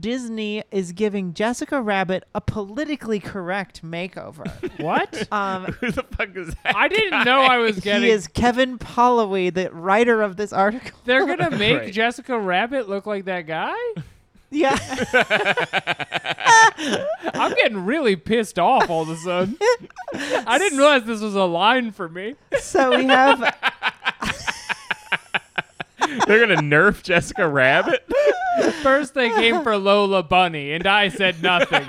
Disney is giving Jessica Rabbit a politically correct makeover. What? Um, Who the fuck is that? I didn't know I was getting. he is Kevin Polloway, the writer of this article. They're gonna make Right. Jessica Rabbit look like that guy. yeah. I'm getting really pissed off all of a sudden. I didn't realize this was a line for me. So we have They're gonna nerf Jessica Rabbit. First they came for Lola Bunny, and I said nothing.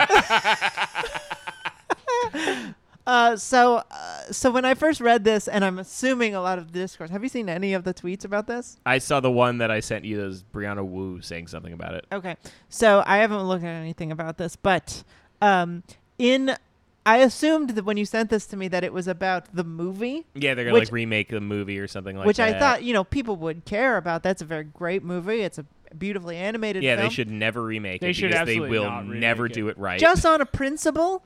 uh, so uh, so when I first read this, and I'm assuming a lot of discourse. Have you seen any of the tweets about this? I saw the one that I sent you. That was Brianna Wu saying something about it. Okay. So I haven't looked at anything about this, but um, in I assumed that when you sent this to me that it was about the movie, Yeah, they're gonna Which- like remake the movie or something like which that. I thought you know people would care about. That's a very great movie. It's a beautifully animated. Yeah, film. they should never remake They it should because they absolutely will not remake never it. do it right. Just on a principle,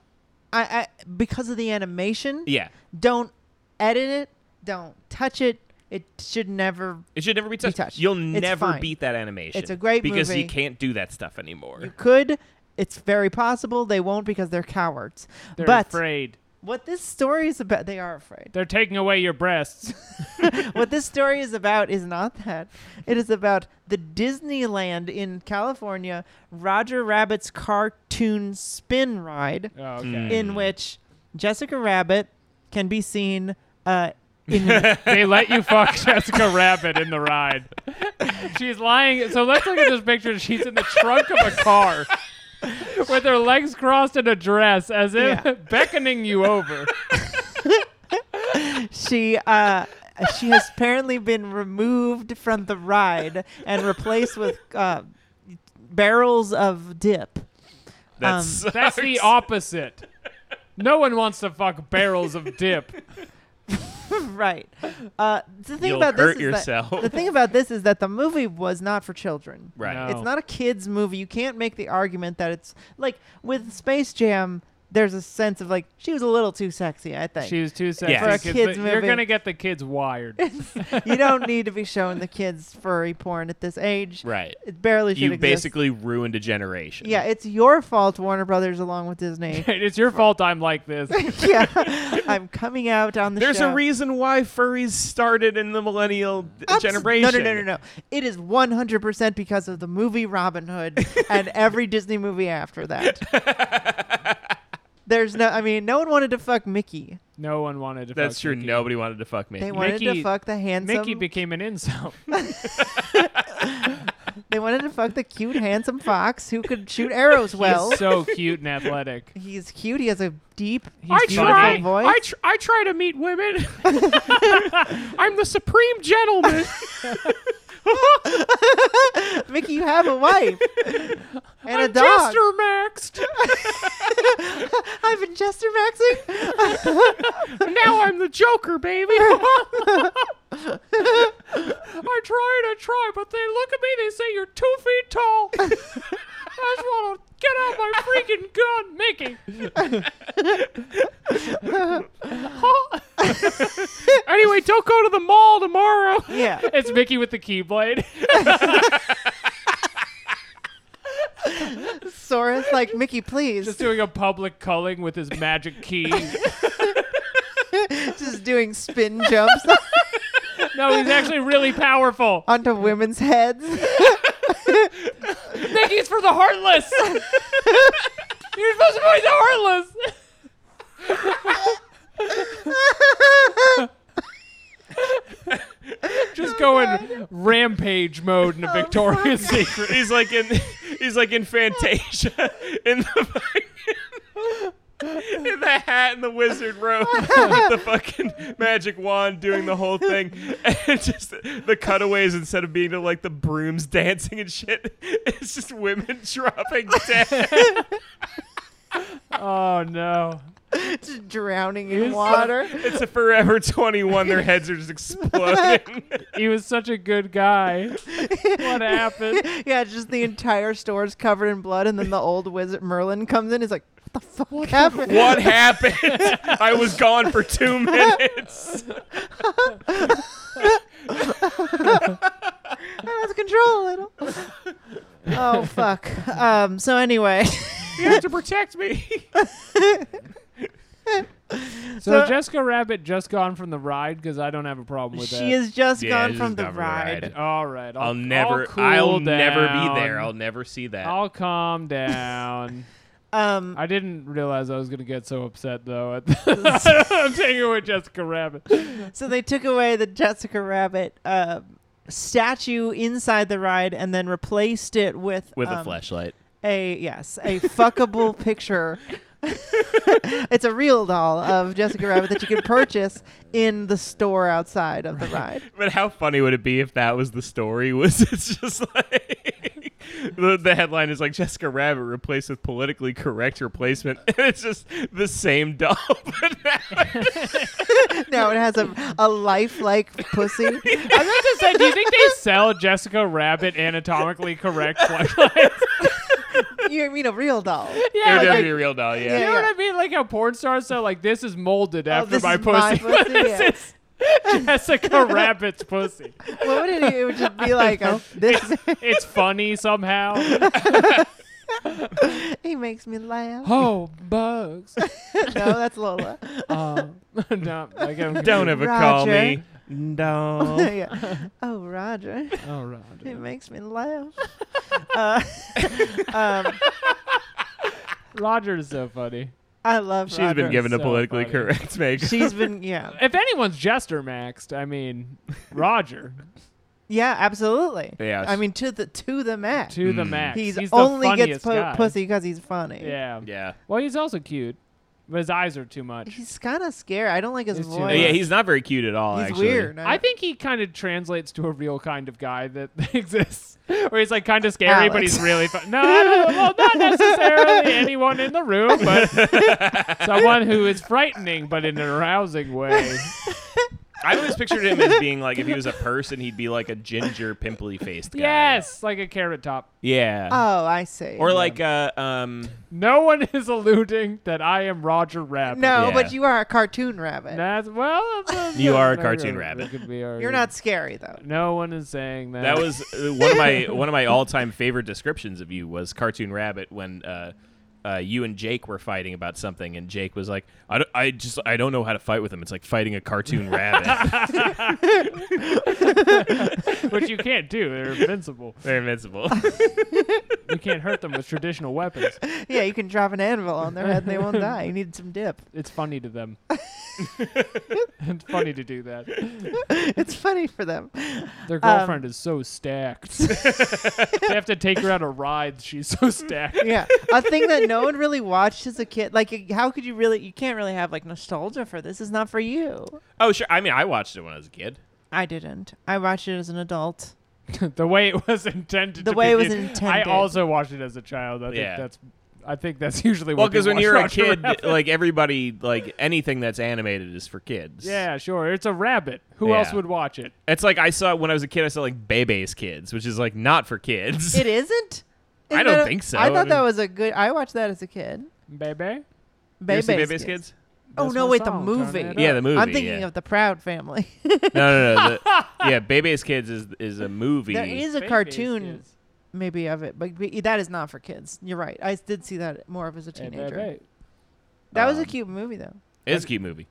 I, I because of the animation, yeah, don't edit it, don't touch it. It should never. it should never be touched. touched. You'll It's never fine. beat that animation. It's a great because movie. you can't do that stuff anymore. You could. It's very possible they won't because they're cowards. They're but afraid. what this story is about, they are afraid. They're taking away your breasts. what this story is about is not that. It is about the Disneyland in California, Roger Rabbit's cartoon spin ride, Oh, okay. Mm. in which Jessica Rabbit can be seen. Uh, in they let you fuck Jessica Rabbit in the ride. She's lying. So let's look at this picture. She's in the trunk of a car with her legs crossed in a dress as if Yeah. beckoning you over. she uh, she has apparently been removed from the ride and replaced with uh, barrels of dip. That um, sucks. That's the opposite. No one wants to fuck barrels of dip. Right. Uh, the thing You'll about hurt this yourself. is that the thing about this is that the movie was not for children. right. Oh. No. It's not a kids movie. You can't make the argument that it's like with Space Jam. There's a sense of like she was a little too sexy. I think She was too sexy. For a kid's You're movie. gonna get the kids wired. you don't need to be showing the kids furry porn at this age. Right. It barely should You exist. basically ruined a generation. yeah, it's your fault, Warner Brothers, along with Disney. it's your fault I'm like this. yeah, I'm coming out on the There's show. a reason why furries started in the millennial Abs- No, generation. no, no, no, no. It is 100% because of the movie Robin Hood and every Disney movie after that. There's no, I mean, no one wanted to fuck Mickey. No one wanted to. That's fuck true. Mickey. Nobody wanted to fuck me. They wanted to Mickey- fuck the handsome. Mickey became an incel. they wanted to fuck the cute, handsome fox who could shoot arrows well. He's so cute and athletic. He's cute. He has a deep, I beautiful try- voice. tr- I try to meet women. I'm the supreme gentleman. Mickey, you have a wife and a dog. maxed. I've been Chester Maxing. now I'm the Joker, baby. I try and I try, but they look at me. They say you're two feet tall. I just want to get out my freaking gun, Mickey. Huh? anyway, don't go to the mall tomorrow. Yeah. It's Mickey with the keyblade. Sora's like, Mickey, please. Just doing a public culling with his magic key. just doing spin jumps No, he's actually really powerful. onto women's heads. Mickey's for the heartless. You're supposed to be the heartless. Just go in rampage mode in a Victoria's Secret. he's like in he's like in Fantasia in the fucking- in the hat and the wizard robe with the fucking magic wand doing the whole thing and just the cutaways instead of being to like the brooms dancing and shit it's just women dropping dead Oh no. just drowning in water. it's a forever 21 their heads are just exploding He was such a good guy. What happened? yeah, just the entire store is covered in blood, and then the old wizard Merlin comes in. He's like, "What the fuck happened?" what happened i was gone for two minutes I lost control a little. oh fuck. Um. So anyway, You have to protect me. So, So- Jessica Rabbit just gone from the ride because I don't have a problem with that. she has just Yeah, gone she's from the gone from the ride. ride. All right. I'll, I'll never. I'll, cool I'll never be down. there. I'll never see that. I'll calm down. Um. I didn't realize I was gonna get so upset though. At the I'm taking away Jessica Rabbit. So they took away the Jessica Rabbit uh, statue inside the ride and then replaced it with with a um, flashlight. A yes, a fuckable picture. it's a real doll of Jessica Rabbit that you can purchase in the store outside of the ride. But how funny would it be if that was the story? Was it's just like the, the headline is like Jessica Rabbit replaced with politically correct replacement, and it's just the same doll. But now, No, it has a a lifelike pussy. I was just saying, do you think they sell Jessica Rabbit anatomically correct flashlights? You mean a real doll? yeah, it would like, be a real doll, yeah. you Yeah. Oh, know what I mean? Like how porn stars sell, like this is molded after this my is my pussy. pussy, This yeah. is Jessica Rabbit's pussy. What would it? It would just be like, oh, this. It's funny somehow. he makes me laugh. Oh, bugs. no, that's Lola. Uh, no, I can't. Don't ever call Roger. me. No. Yeah. Oh, Roger. Oh, It Roger. makes me laugh. uh, um, Roger is so funny. I love. She's Roger. been given a So politically funny. correct makeup. She's been yeah If anyone's jester maxed, I mean, Roger yeah absolutely. Yes. I mean to the to the max. to the Mm. max. Hmm. He's, He's, the only gets funniest po- guy. pussy because he's funny. Yeah. Yeah. Well, he's also cute, but his eyes are too much. He's kind of scary. I don't like his He's too voice. nice. yeah, he's not very cute at all. He's actually. weird. I think he kind of translates to a real kind of guy that exists, where he's like kind of scary, but Alex. he's really fun. No, I don't, well, not necessarily anyone in the room, but someone who is frightening, but in an arousing way. I always pictured him as being like if he was a person, he'd be like a ginger, pimply faced guy. Yes, like a carrot top. Yeah. Oh, I see. or like uh, um. No one is alluding that I am Roger Rabbit. no, Yeah. but you are a cartoon rabbit. That's, well, that's- You are a that's- cartoon that rabbit. could be our- You're not scary though. No one is saying that. That was uh, one of my one of my all time favorite descriptions of you was Cartoon Rabbit when uh, uh, you and Jake were fighting about something and Jake was like I, don't- I just I don't know how to fight with him it's like fighting a cartoon rabbit which you can't do. They're invincible. they're invincible You can't hurt them with traditional weapons. Yeah, you can drop an anvil on their head and they won't die. You need some dip. It's funny to them. it's funny to do that. It's funny for them. Their Um, girlfriend is so stacked. they have to take her out of rides. She's so stacked. yeah, a thing that no one really watched as a kid. Like, how could you really? You can't really have like nostalgia for this. It's not for you. oh sure I mean I watched it when I was a kid I didn't. I watched it as an adult. the way it was intended. The to way it be was viewed. intended. I also watched it as a child. Yeah. I think that's. I think that's usually well what. because because when you're a kid like everybody like anything that's animated is for kids Yeah, sure. It's a rabbit. Who Yeah. else would watch it? it's like I saw when I was a kid I saw like Bebe's Kids which is like not for kids It isn't. I Isn't don't that a- think so. I I thought that mean- was a good. I watched that as a kid. Baby. You ever Baby's see Bebe's Kids Oh That's no! my Wait, the song, turn movie. it yeah the movie I'm thinking yeah. of the Proud Family. no no no the, yeah Bebe's Kids is is a movie there is a cartoon, maybe of it, but be- that is not for kids. You're right. I did see that more of as a teenager. Baby. That was a Um, cute movie though. It's a cute movie.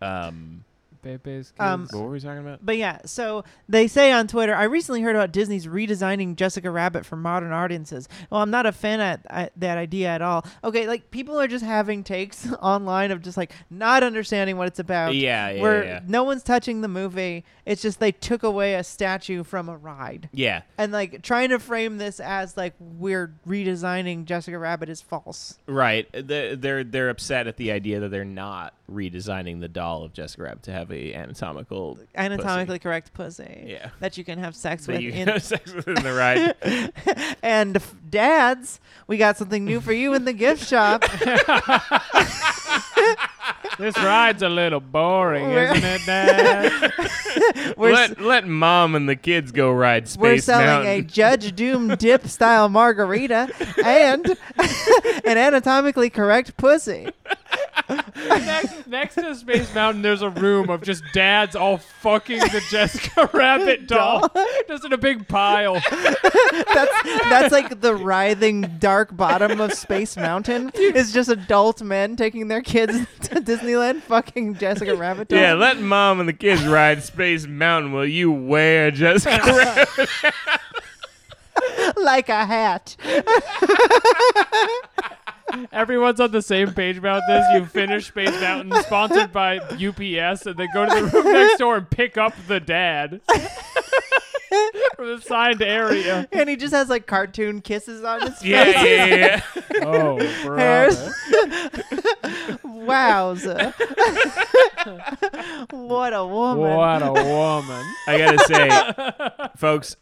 Um, Baby's kids. Um, were we talking about? But yeah, so they say on Twitter, I recently heard about Disney's redesigning Jessica Rabbit for modern audiences. Well, I'm not a fan of I- that idea at all. Okay, like people are just having takes online of just like not understanding what it's about. Yeah, yeah, Where yeah. no one's touching the movie. It's just they took away a statue from a ride. Yeah, And like trying to frame this as like we're redesigning Jessica Rabbit is false. right. They're, they're they're upset at the idea that they're not redesigning the doll of Jessica Rabbit to have a anatomical Anatomically correct pussy. Yeah. That you can have sex Pussy. That with you in have sex with in the ride. And f- dads, we got something new for you in the gift shop. This ride's a little boring, We're- isn't it, Dad? We're, s- let let mom and the kids go ride Space we're selling a Mountain. Judge Doom dip style margarita and an anatomically correct pussy. next, next to Space Mountain, there's a room of just dads all fucking the Jessica Rabbit doll, just in a big pile. That's that's like the writhing dark bottom of Space Mountain. It's just adult men taking their kids to Disneyland, fucking Jessica Rabbit. Doll. Yeah, let mom and the kids ride Space Mountain while you wear Jessica Rabbit. like a hat. Everyone's on the same page about this. You finish Space Mountain, sponsored by UPS, and then go to the room next door and pick up the dad from the signed area. And he just has like cartoon kisses on his face. Yeah, yeah, yeah. Oh, Hairs. Wowza. what a woman. What a woman. I gotta say, folks,